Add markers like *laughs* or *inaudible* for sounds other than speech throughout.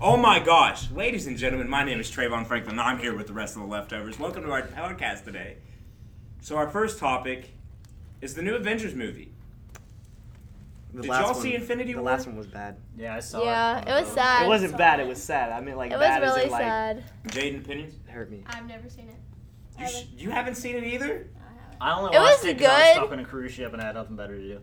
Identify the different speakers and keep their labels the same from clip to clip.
Speaker 1: Oh my gosh, ladies and gentlemen, my name is Trayvon Franklin. and I'm here with the rest of the leftovers. Welcome to our podcast today. So our first topic is the new Avengers movie.
Speaker 2: The
Speaker 1: Did
Speaker 2: last
Speaker 1: y'all
Speaker 2: one-
Speaker 1: see Infinity
Speaker 2: The
Speaker 1: War?
Speaker 2: last one was bad.
Speaker 3: Yeah, I saw
Speaker 4: Yeah,
Speaker 3: it. Um,
Speaker 4: it was sad.
Speaker 2: it wasn't bad. It was sad. I mean, like
Speaker 4: It was
Speaker 2: bad as
Speaker 4: really
Speaker 2: in, like,
Speaker 4: sad.
Speaker 1: Jaden opinions?
Speaker 2: Hurt me.
Speaker 5: I've never seen it.
Speaker 1: You, sh- you haven't seen it either.
Speaker 5: I haven't.
Speaker 3: I only
Speaker 4: It
Speaker 3: watched
Speaker 4: was
Speaker 3: it 'cause I was
Speaker 4: good.
Speaker 3: stuck on a cruise ship and I had nothing better to do.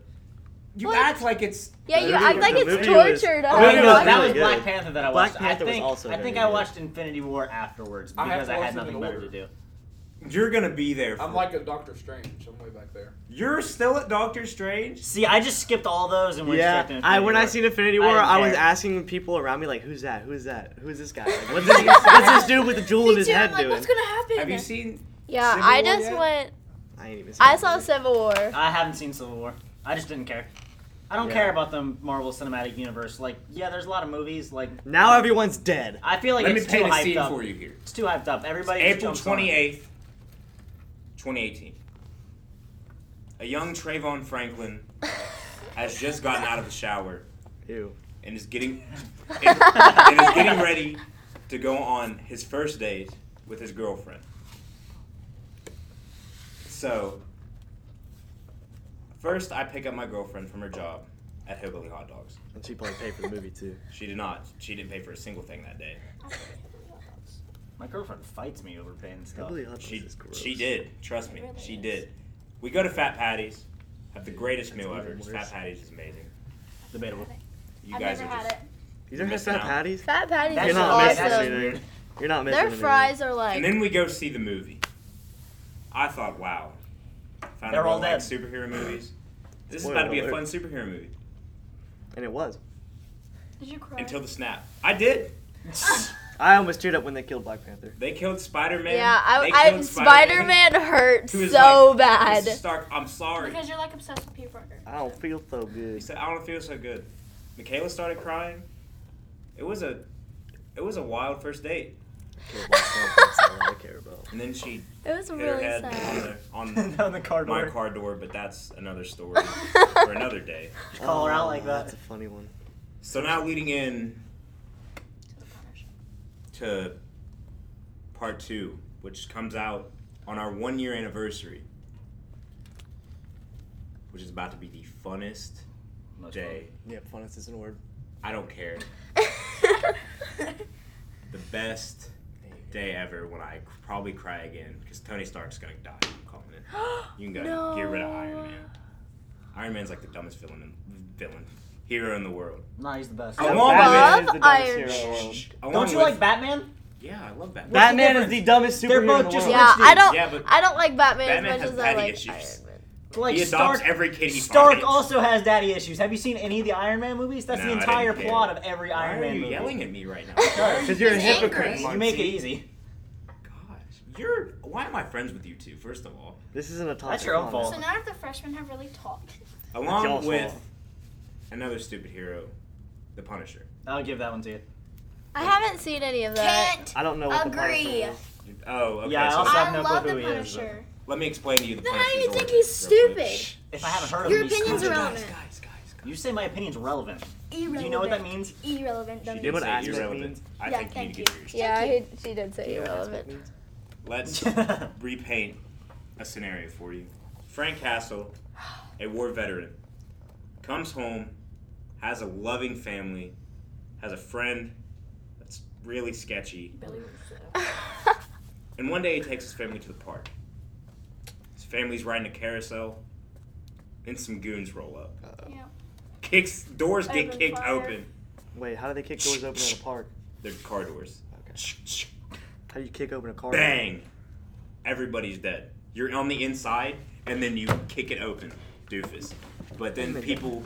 Speaker 1: You
Speaker 4: What?
Speaker 1: act like it's
Speaker 4: Yeah,
Speaker 2: The
Speaker 4: you
Speaker 2: movie
Speaker 4: act
Speaker 2: was-
Speaker 4: like
Speaker 2: the
Speaker 4: it's
Speaker 2: movie was-
Speaker 4: tortured.
Speaker 2: Oh, no,
Speaker 4: I don't
Speaker 2: no,
Speaker 4: know.
Speaker 2: that
Speaker 3: that was
Speaker 2: really
Speaker 3: Black
Speaker 2: good.
Speaker 3: Panther that I
Speaker 2: Black
Speaker 3: watched.
Speaker 2: Panther
Speaker 3: I
Speaker 2: was
Speaker 3: think,
Speaker 2: also
Speaker 3: I think
Speaker 2: very
Speaker 3: I
Speaker 2: good.
Speaker 3: watched Infinity War afterwards
Speaker 6: I have
Speaker 3: because
Speaker 6: to
Speaker 3: I,
Speaker 6: watch
Speaker 3: had
Speaker 6: them in
Speaker 3: nothing better
Speaker 6: order.
Speaker 3: to do.
Speaker 1: you're gonna be there. For,
Speaker 6: I'm like a Doctor Strange. I'm way back there.
Speaker 1: you're still at Doctor Strange.
Speaker 3: See, I just skipped all those and went straight to
Speaker 2: Yeah,
Speaker 3: Infinity
Speaker 2: I when I
Speaker 3: War.
Speaker 2: seen Infinity
Speaker 3: I
Speaker 2: War,
Speaker 3: didn't
Speaker 2: I, was
Speaker 3: care.
Speaker 2: asking people around me like, "Who's that? Who's that? Who's this guy? Like,
Speaker 4: *laughs*
Speaker 2: what's, this, what's this dude with the jewel in
Speaker 4: Me
Speaker 2: his
Speaker 4: too, I'm
Speaker 2: head
Speaker 4: like,
Speaker 2: doing?"
Speaker 4: what's gonna happen?
Speaker 1: Have you seen?
Speaker 4: yeah,
Speaker 1: Civil
Speaker 4: I
Speaker 1: War
Speaker 4: just
Speaker 1: yet?
Speaker 4: *laughs* went.
Speaker 2: I ain't even. seen
Speaker 4: I
Speaker 2: it.
Speaker 4: saw Civil War.
Speaker 3: I haven't seen Civil War. I just didn't care. I don't
Speaker 2: Yeah.
Speaker 3: care about the Marvel Cinematic Universe. Like, yeah, there's a lot of movies. Like,
Speaker 2: Now everyone's dead.
Speaker 3: I feel like
Speaker 1: Let me
Speaker 3: it's too
Speaker 1: paint a
Speaker 3: hyped
Speaker 1: scene
Speaker 3: up.
Speaker 1: for you here.
Speaker 3: It's too hyped up. Everybody. just
Speaker 1: April
Speaker 3: jumps on it.
Speaker 1: twenty eighth, twenty eighteen. A young Trayvon Franklin has just gotten out of the shower
Speaker 2: Ew.
Speaker 1: and is getting and, and is
Speaker 4: *laughs*
Speaker 1: getting ready to go on his first date with his girlfriend. So first I pick up my girlfriend from her job at Hillbilly Hot Dogs.
Speaker 2: And she probably paid for the movie too.
Speaker 1: She did not. She didn't pay for a single thing that day.
Speaker 3: My girlfriend fights me over paying stuff.
Speaker 2: Probably Hot Dogs
Speaker 1: She
Speaker 2: is gross.
Speaker 1: she did. Trust me,
Speaker 5: It really
Speaker 1: she
Speaker 5: is.
Speaker 1: did. We go to Fat Patty's. Have the greatest
Speaker 2: That's
Speaker 1: meal ever.
Speaker 2: even
Speaker 1: Fat
Speaker 2: worse.
Speaker 1: Patty's is amazing.
Speaker 3: Debatable.
Speaker 1: You
Speaker 5: I've
Speaker 1: guys
Speaker 5: never
Speaker 1: are
Speaker 5: had
Speaker 1: just
Speaker 5: it.
Speaker 2: You don't have
Speaker 1: Missing
Speaker 2: fat
Speaker 1: out.
Speaker 2: patties.
Speaker 4: Fat patties
Speaker 3: That's
Speaker 2: You're
Speaker 4: is
Speaker 2: not
Speaker 3: just-
Speaker 2: missing
Speaker 3: that's
Speaker 4: awesome.
Speaker 2: anything.
Speaker 3: weird.
Speaker 2: You're not missing
Speaker 4: Their
Speaker 2: anything.
Speaker 4: fries are like.
Speaker 1: And then we go see the movie. I thought, wow. Found
Speaker 3: They're
Speaker 1: out I
Speaker 3: all
Speaker 1: like
Speaker 3: dead.
Speaker 1: superhero movies. This is
Speaker 2: Spoiler
Speaker 1: about to be a
Speaker 2: alert.
Speaker 1: fun superhero movie.
Speaker 2: And it was.
Speaker 5: Did you cry?
Speaker 1: Until the snap. I did.
Speaker 3: *laughs*
Speaker 2: I almost teared up when they killed Black Panther.
Speaker 1: They killed Spider Man.
Speaker 4: yeah, I, I Spider Man
Speaker 1: *laughs*
Speaker 4: hurt
Speaker 1: Who is
Speaker 4: so
Speaker 1: like,
Speaker 4: bad.
Speaker 1: Stark, I'm sorry.
Speaker 5: because you're like obsessed with Peter Parker.
Speaker 2: I don't feel so
Speaker 1: He
Speaker 2: good.
Speaker 1: said, I don't feel so good. Michaela started crying. It was a it was a wild first date.
Speaker 2: Killed Black Panther, that's all I care about.
Speaker 1: And then she
Speaker 4: It was
Speaker 1: hit her
Speaker 4: really
Speaker 1: head
Speaker 4: sad.
Speaker 1: on, the,
Speaker 2: *laughs*
Speaker 3: *laughs* Down the
Speaker 1: on Um, my
Speaker 3: cardboard.
Speaker 1: car door, but that's another
Speaker 4: *laughs*
Speaker 1: story for another day.
Speaker 3: Just call her out like
Speaker 2: Oh,
Speaker 3: that.
Speaker 2: That's a funny one.
Speaker 1: So now leading in
Speaker 5: To the Punisher.
Speaker 1: to part two, which comes out on our one year anniversary, which is about to be the funnest
Speaker 3: Most
Speaker 1: day.
Speaker 2: Yeah, funnest isn't a word.
Speaker 1: I don't care. The best day ever when I probably cry again because Tony Stark's gonna die. I'm calling
Speaker 3: *gasps*
Speaker 1: it. You can go
Speaker 4: No.
Speaker 1: get rid of Iron Man. Iron Man's like the dumbest villain, in, villain hero in the world.
Speaker 3: Nah, he's the best.
Speaker 1: I
Speaker 2: Yeah,
Speaker 1: want
Speaker 2: Batman
Speaker 4: Love
Speaker 2: is the dumbest
Speaker 4: Iron
Speaker 2: hero in the
Speaker 4: Man.
Speaker 2: world.
Speaker 1: Along
Speaker 3: Oh, Don't you
Speaker 1: with-
Speaker 3: like Batman?
Speaker 1: Yeah, I love Batman.
Speaker 2: Batman is
Speaker 3: difference?
Speaker 2: the dumbest
Speaker 3: They're
Speaker 2: superhero in
Speaker 3: both
Speaker 2: the
Speaker 3: just
Speaker 2: world.
Speaker 4: yeah, I don't.
Speaker 1: Yeah, but
Speaker 4: *laughs* I don't like Batman,
Speaker 1: Batman
Speaker 4: as much
Speaker 1: has
Speaker 4: as I
Speaker 1: daddy
Speaker 4: like
Speaker 1: issues.
Speaker 4: Iron Man.
Speaker 3: Like
Speaker 1: he adopts
Speaker 3: Stark.
Speaker 1: every kid he
Speaker 3: Stark
Speaker 1: finds.
Speaker 3: also has daddy issues. Have you seen any of the Iron Man movies? That's
Speaker 1: No,
Speaker 3: the
Speaker 1: I didn't
Speaker 3: entire
Speaker 1: care.
Speaker 3: plot of every
Speaker 1: Why
Speaker 3: Iron
Speaker 1: are
Speaker 3: Man
Speaker 1: you
Speaker 3: movie.
Speaker 1: yelling at me
Speaker 3: *laughs*
Speaker 1: right now?
Speaker 2: Because you're a
Speaker 5: He's
Speaker 2: hypocrite,
Speaker 5: angry.
Speaker 3: You
Speaker 2: Monty.
Speaker 3: make it e- easy.
Speaker 1: Gosh, you're. Why am I friends with you two? First of all,
Speaker 2: This isn't a topic.
Speaker 3: That's your own
Speaker 2: on
Speaker 3: fault.
Speaker 5: So none of the freshmen have really talked.
Speaker 2: y'all's
Speaker 1: along
Speaker 2: fault.
Speaker 1: with another stupid hero, the Punisher.
Speaker 3: I'll give that one to you.
Speaker 4: I haven't seen any of that.
Speaker 5: Can't
Speaker 2: I don't know what the
Speaker 5: agree.
Speaker 2: Punisher is.
Speaker 1: Oh, okay.
Speaker 3: Yeah, I
Speaker 1: so
Speaker 3: also have
Speaker 5: I
Speaker 3: no
Speaker 5: love
Speaker 3: clue
Speaker 5: the
Speaker 3: who he is. but-
Speaker 5: Punisher.
Speaker 1: let me explain to you the
Speaker 4: Then how
Speaker 1: Punisher's
Speaker 4: do you think
Speaker 1: origin
Speaker 4: he's
Speaker 1: real quick.
Speaker 4: stupid?
Speaker 1: Shh.
Speaker 3: If I haven't heard of
Speaker 4: Your
Speaker 3: him, he's
Speaker 4: opinion's
Speaker 3: stupid.
Speaker 4: irrelevant.
Speaker 1: Guys, guys, guys.
Speaker 3: You say my opinion's relevant.
Speaker 5: Irrelevant.
Speaker 3: Do you know what that means?
Speaker 5: Irrelevant.
Speaker 1: She
Speaker 5: dumb
Speaker 1: did
Speaker 2: what
Speaker 1: say
Speaker 2: aspect
Speaker 1: irrelevant.
Speaker 2: means?
Speaker 1: I think
Speaker 5: Yeah,
Speaker 1: you need to
Speaker 5: thank
Speaker 1: get
Speaker 5: you.
Speaker 1: yours.
Speaker 4: Yeah,
Speaker 5: Thank
Speaker 4: he, she did
Speaker 2: You
Speaker 4: say
Speaker 2: know what
Speaker 4: irrelevant.
Speaker 2: that means?
Speaker 1: Let's
Speaker 4: *laughs*
Speaker 1: repaint a scenario for you. Frank Castle, a war veteran, comes home, has a loving family, has a friend that's really sketchy,
Speaker 5: Billy Russo.
Speaker 4: *laughs*
Speaker 1: and one day he takes his family to the park. His family's riding a carousel, and some goons roll up.
Speaker 5: Yeah.
Speaker 1: Kicks doors get
Speaker 5: Open
Speaker 1: kicked
Speaker 5: fire.
Speaker 1: open.
Speaker 2: Wait, how do they kick doors open in a park?
Speaker 1: They're car doors.
Speaker 2: How do you kick open a car?
Speaker 1: Bang! Everybody's dead. You're on the inside, and then you kick it open, doofus. But then people,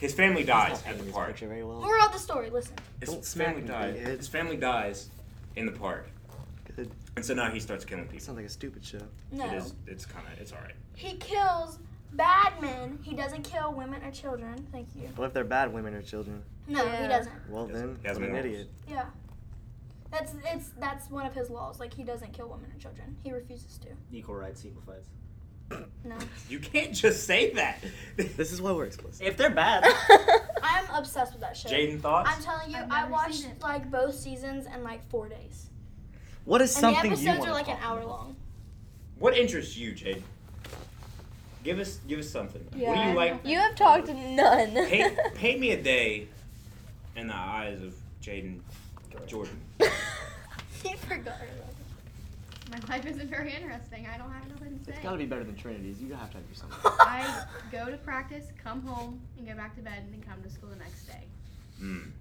Speaker 1: his family dies at the
Speaker 2: This
Speaker 1: park.
Speaker 2: picture very well.
Speaker 5: Moral of the story. Listen.
Speaker 1: His
Speaker 2: Don't smack
Speaker 1: family
Speaker 2: me,
Speaker 1: dies.
Speaker 2: dickhead.
Speaker 1: His family dies in the park,
Speaker 2: Good.
Speaker 1: and so now he starts killing people.
Speaker 2: Sounds like a stupid show.
Speaker 5: No.
Speaker 1: It is. It's kind of. It's all right.
Speaker 5: He kills bad men. He doesn't kill women or children. Thank you.
Speaker 2: Well, if they're bad women or children,
Speaker 5: No,
Speaker 4: Yeah.
Speaker 5: he doesn't.
Speaker 2: well
Speaker 1: Yes,
Speaker 2: then,
Speaker 1: yes,
Speaker 2: I'm an
Speaker 1: morals.
Speaker 2: idiot.
Speaker 5: Yeah. That's it's that's one of his laws. Like he doesn't kill women or children. He refuses to.
Speaker 3: *laughs* Equal rights, equal fights.
Speaker 5: No.
Speaker 1: You can't just say that. *laughs*
Speaker 2: This is why we're explicit.
Speaker 3: If they're bad, *laughs*
Speaker 5: I'm obsessed with that shit.
Speaker 1: Jaden thoughts?
Speaker 5: I'm telling you,
Speaker 7: I've
Speaker 5: I
Speaker 7: never
Speaker 5: watched
Speaker 7: seen it.
Speaker 5: like both seasons in like four days,
Speaker 2: What is
Speaker 5: and
Speaker 2: something
Speaker 5: the
Speaker 2: you want
Speaker 5: episodes
Speaker 2: to
Speaker 5: are like an
Speaker 2: talk
Speaker 5: hour
Speaker 2: about?
Speaker 5: long. *laughs*
Speaker 1: What interests you, Jaden? Give us give us something. what do
Speaker 5: Yeah.
Speaker 1: you like?
Speaker 4: You have talked none.
Speaker 5: *laughs*
Speaker 1: paint paint me a day in the eyes of Jaden Jordan.
Speaker 5: He forgot. her name.
Speaker 7: My *laughs* life isn't very interesting. I don't have nothing to say.
Speaker 2: It's gotta be better than Trinity's. You have to have your something. *laughs*
Speaker 3: *laughs*
Speaker 7: I go to practice, come home, and go back to bed, and then come to school the next day.
Speaker 1: Mm.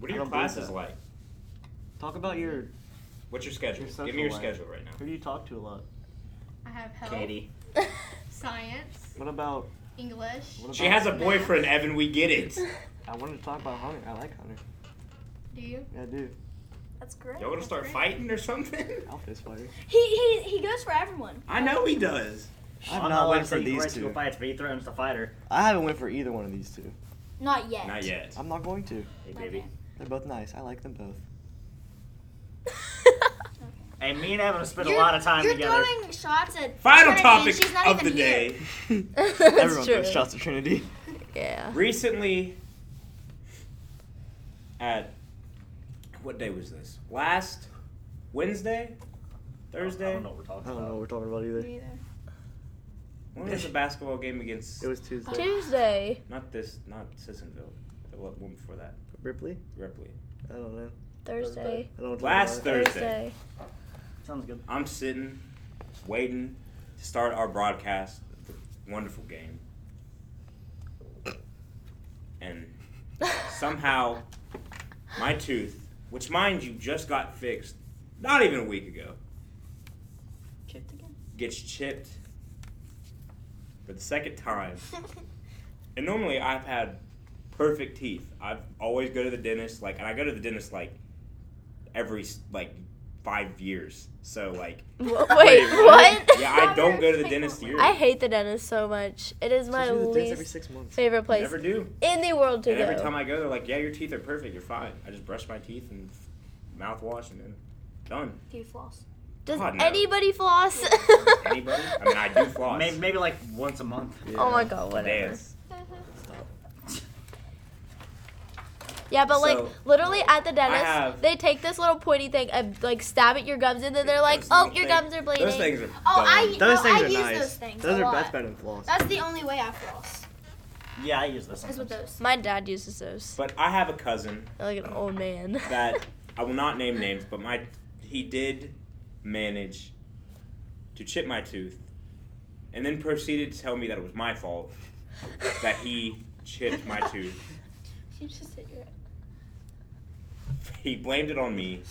Speaker 1: What are
Speaker 2: I
Speaker 1: your
Speaker 2: don't believe
Speaker 1: classes
Speaker 2: that.
Speaker 1: like?
Speaker 2: Talk about your.
Speaker 1: What's your schedule?
Speaker 2: Your
Speaker 1: Give
Speaker 2: social
Speaker 1: me your
Speaker 2: life.
Speaker 1: schedule right now.
Speaker 2: Who do you talk to a lot?
Speaker 7: I have health,
Speaker 3: Katie.
Speaker 7: science,
Speaker 2: What about?
Speaker 7: English.
Speaker 2: What about?
Speaker 1: She has a
Speaker 2: *laughs*
Speaker 1: boyfriend, Evan. We get
Speaker 5: *laughs*
Speaker 1: it.
Speaker 2: I wanted to talk about Hunter. I like Hunter.
Speaker 7: Do you?
Speaker 2: Yeah, I do.
Speaker 5: That's great.
Speaker 1: Y'all gonna start fighting or
Speaker 2: *laughs*
Speaker 1: something?
Speaker 2: I'll fist fight her.
Speaker 5: He he he goes for everyone.
Speaker 1: I know he does.
Speaker 2: I've not
Speaker 3: Oh, no, I
Speaker 2: went
Speaker 3: said
Speaker 2: for
Speaker 3: he
Speaker 2: these
Speaker 3: threatens to go
Speaker 2: two.
Speaker 3: fights, but he threatens to fight her.
Speaker 2: I haven't went for either one of these two.
Speaker 5: Not yet.
Speaker 1: Not yet.
Speaker 2: I'm not going to.
Speaker 3: Hey, baby.
Speaker 2: They're both nice. I like them
Speaker 5: *laughs*
Speaker 2: both.
Speaker 3: Hey, me and Evan have spent a lot of time
Speaker 5: you're
Speaker 3: together.
Speaker 5: throwing shots at
Speaker 1: Final
Speaker 5: Trinity,
Speaker 1: topic
Speaker 5: she's not
Speaker 1: of
Speaker 5: even
Speaker 1: the
Speaker 5: here.
Speaker 1: day.
Speaker 4: *laughs*
Speaker 2: *laughs*
Speaker 4: That's
Speaker 2: Everyone
Speaker 4: true.
Speaker 2: throws shots at Trinity.
Speaker 4: Yeah.
Speaker 1: Recently, at what day was this? Last Wednesday,
Speaker 3: I
Speaker 1: Thursday.
Speaker 3: don't know what we're
Speaker 2: I
Speaker 3: talking
Speaker 2: don't know what
Speaker 3: about.
Speaker 2: we're talking about either.
Speaker 1: When
Speaker 3: *laughs*
Speaker 1: was the basketball game against?
Speaker 2: It was Tuesday.
Speaker 4: Tuesday.
Speaker 1: not this, not Sissonville. The one one before that,
Speaker 2: Ripley?
Speaker 1: Ripley.
Speaker 2: I don't know.
Speaker 4: Thursday.
Speaker 2: I don't know.
Speaker 1: Last
Speaker 2: Thursday.
Speaker 1: Thursday.
Speaker 4: Thursday.
Speaker 3: Sounds good.
Speaker 1: I'm sitting, waiting to start our broadcast. of the Wonderful game. And somehow, my tooth, which mind you just got fixed not even a week ago,
Speaker 5: *laughs* Tripped again.
Speaker 1: gets chipped for the second time. And normally I've had perfect teeth. I've always go to the dentist, like, and I go to the dentist like every s- like five years. So like,
Speaker 4: W-
Speaker 1: Wait,
Speaker 4: *laughs* Wait,
Speaker 1: what?
Speaker 4: what?
Speaker 1: yeah, I don't go to the dentist yearly.
Speaker 4: I hate the dentist so much. It is my
Speaker 2: She usually dates every
Speaker 4: least
Speaker 2: six months.
Speaker 4: favorite place
Speaker 1: Never do.
Speaker 4: in the world to
Speaker 1: And every
Speaker 4: go.
Speaker 1: time I go, they're like, "Yeah, your teeth are perfect. You're fine." I just brush my teeth and mouthwash, and then done.
Speaker 5: Do you floss?
Speaker 4: Does
Speaker 1: God, no.
Speaker 4: anybody floss?
Speaker 1: Anybody? I mean, I
Speaker 4: *laughs*
Speaker 1: do floss.
Speaker 3: Maybe, maybe like once a month.
Speaker 4: Oh my god, whatever.
Speaker 1: Dance.
Speaker 4: Yeah, but like
Speaker 1: So,
Speaker 4: literally at the dentist,
Speaker 1: have-
Speaker 4: they take this little pointy thing and like stab at your gums, and then they're like,
Speaker 1: Those
Speaker 4: "Oh,
Speaker 1: little
Speaker 4: your
Speaker 1: thing-
Speaker 4: gums are bleeding."
Speaker 1: Those things are.
Speaker 5: Oh,
Speaker 1: dumb.
Speaker 5: I
Speaker 2: Those
Speaker 5: no,
Speaker 2: things
Speaker 5: I
Speaker 2: are
Speaker 5: use
Speaker 2: nice.
Speaker 5: those things.
Speaker 2: Those
Speaker 5: a
Speaker 2: are
Speaker 5: lot.
Speaker 2: best better than floss.
Speaker 5: That's the only way I floss.
Speaker 3: Yeah, I use this.
Speaker 5: Is with
Speaker 3: Sometimes.
Speaker 5: those.
Speaker 4: My dad uses those.
Speaker 1: But I have a cousin
Speaker 4: They're like an old man. *laughs*
Speaker 1: that I will not name names, but my he did manage to chip my tooth, and then proceeded to tell me that it was my fault that he chipped my tooth.
Speaker 5: You just hit your head.
Speaker 1: He blamed it on me.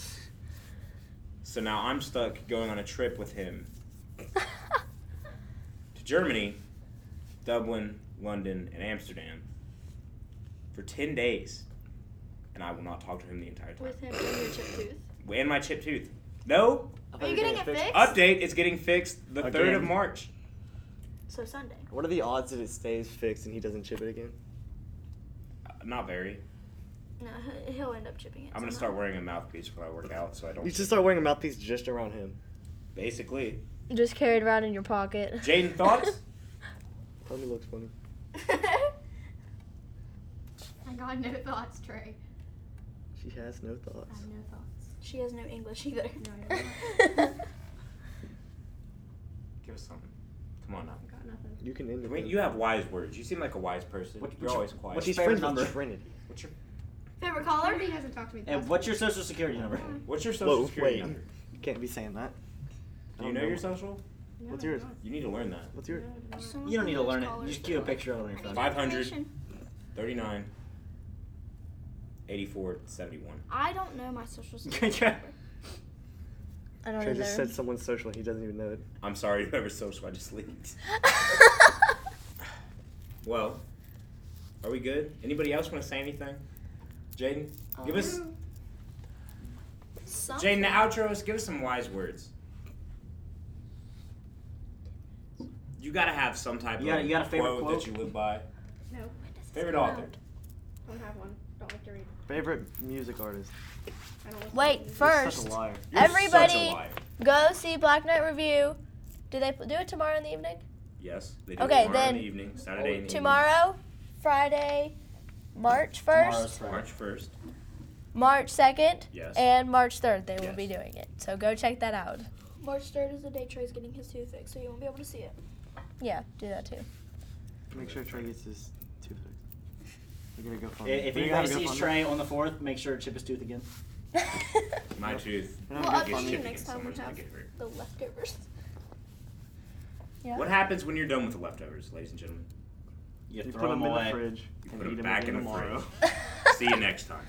Speaker 1: So now I'm stuck going on a trip with him to Germany, Dublin, London, and Amsterdam for 10 days. And I will not talk to him the entire time.
Speaker 5: with him and your chip tooth.
Speaker 1: And my chipped tooth. No,
Speaker 2: I thought
Speaker 5: Are you
Speaker 2: were
Speaker 5: getting it
Speaker 2: gonna fix-
Speaker 5: fixed?
Speaker 1: update is getting fixed the 3rd of
Speaker 2: Again.
Speaker 1: March.
Speaker 5: So Sunday.
Speaker 2: What are the odds that it stays fixed and he doesn't chip it again?
Speaker 1: Uh, Not very.
Speaker 5: No, he- he'll end up chipping it.
Speaker 1: I'm going to
Speaker 5: somehow.
Speaker 1: start wearing a mouthpiece when I work out so I don't.
Speaker 2: You should start wearing a mouthpiece just around him.
Speaker 1: Basically.
Speaker 4: Just carried around in your pocket.
Speaker 1: Jaden,
Speaker 4: *laughs*
Speaker 1: thoughts?
Speaker 2: Tell me looks funny.
Speaker 7: My God, no thoughts, Trey.
Speaker 2: She has no
Speaker 7: I
Speaker 2: thoughts.
Speaker 7: have no thoughts.
Speaker 5: *laughs* she has no English either.
Speaker 7: *laughs* No, I don't.
Speaker 1: *laughs* Give us something. Come on now.
Speaker 7: I got nothing.
Speaker 2: You can end it.
Speaker 1: I mean,
Speaker 2: then.
Speaker 1: you have wise words. You seem like a wise person.
Speaker 3: What-
Speaker 1: You're
Speaker 3: what's your-
Speaker 1: always quiet.
Speaker 3: what's
Speaker 2: She's
Speaker 3: Favorite
Speaker 2: friends
Speaker 3: number.
Speaker 2: with Trinity.
Speaker 1: What's your
Speaker 5: Favorite color?
Speaker 7: Somebody hasn't talked to me. the
Speaker 3: And
Speaker 7: past
Speaker 3: what's
Speaker 7: week.
Speaker 3: your social security number?
Speaker 4: Mm-hmm.
Speaker 1: What's your social
Speaker 2: Whoa,
Speaker 1: security
Speaker 2: wait.
Speaker 1: number?
Speaker 2: You can't be saying that.
Speaker 1: Do you know your social?
Speaker 7: No,
Speaker 2: what's
Speaker 7: I
Speaker 2: yours?
Speaker 7: don't.
Speaker 1: You need to learn that.
Speaker 2: What's your?
Speaker 7: No, I don't.
Speaker 3: You don't need to learn it. You just keep a picture of it on your phone.
Speaker 1: Five hundred thirty nine eighty four seventy one.
Speaker 5: I don't know
Speaker 1: *laughs*
Speaker 5: my social security
Speaker 3: Yeah.
Speaker 5: number.
Speaker 4: I don't
Speaker 2: Trey
Speaker 4: either.
Speaker 2: just said
Speaker 4: *laughs*
Speaker 2: someone's social and he doesn't even know it.
Speaker 1: I'm sorry, *laughs* whoever's social I just leaked. Well, are we good? Anybody else want to say anything? Jaden, give us Jaden the outro us. Give us some wise words. You gotta have some type
Speaker 3: You got-
Speaker 1: of
Speaker 3: you got a favorite
Speaker 1: that
Speaker 3: quote?
Speaker 1: you live by.
Speaker 7: No,
Speaker 1: Favorite author.
Speaker 7: don't have one. Don't like to read.
Speaker 2: Favorite music artist.
Speaker 7: I don't listen
Speaker 4: Wait,
Speaker 7: to
Speaker 2: You're
Speaker 4: first,
Speaker 2: Such a liar.
Speaker 1: You're such
Speaker 4: Everybody-
Speaker 1: a liar.
Speaker 4: go see Black Knight Review. Do they do it tomorrow in the evening?
Speaker 1: Yes. They do
Speaker 4: Okay,
Speaker 1: tomorrow in
Speaker 4: then-
Speaker 1: the evening, Saturday in the evening.
Speaker 4: Tomorrow, Friday, March
Speaker 3: Tomorrow's
Speaker 4: 1st,
Speaker 3: Friday.
Speaker 1: March 1st.
Speaker 4: March 2nd,
Speaker 1: Yes.
Speaker 4: and March 3rd they will
Speaker 1: Yes.
Speaker 4: be doing it. So go check that out.
Speaker 5: March 3rd is the day Trey's getting his tooth fixed, so you won't be able to see it.
Speaker 4: Yeah, do that too. *laughs*
Speaker 2: Make sure Trey gets his tooth fixed. We're gonna go
Speaker 3: I-
Speaker 2: fund.
Speaker 3: If
Speaker 2: we're
Speaker 3: you
Speaker 2: gonna have
Speaker 3: guys
Speaker 2: a
Speaker 3: see
Speaker 2: GoFundMe.
Speaker 3: Trey on the fourth, make sure to chip his tooth again.
Speaker 1: My tooth.
Speaker 2: We're gonna
Speaker 5: Well,
Speaker 2: have a
Speaker 5: I'll
Speaker 1: gets
Speaker 5: see
Speaker 1: chipped
Speaker 2: GoFundMe.
Speaker 5: you next
Speaker 1: against
Speaker 5: time
Speaker 1: someone,
Speaker 5: we
Speaker 1: I
Speaker 5: have-
Speaker 1: get hurt.
Speaker 5: The leftovers.
Speaker 4: Yeah.
Speaker 1: What happens when you're done with the leftovers, ladies and gentlemen?
Speaker 3: You,
Speaker 2: You
Speaker 3: throw
Speaker 2: put
Speaker 3: them
Speaker 2: them in
Speaker 3: away.
Speaker 2: the fridge
Speaker 1: You
Speaker 2: and
Speaker 1: put
Speaker 2: eat
Speaker 1: them
Speaker 2: them
Speaker 1: back
Speaker 2: again
Speaker 1: in the
Speaker 2: tomorrow.
Speaker 1: fridge. See you next time.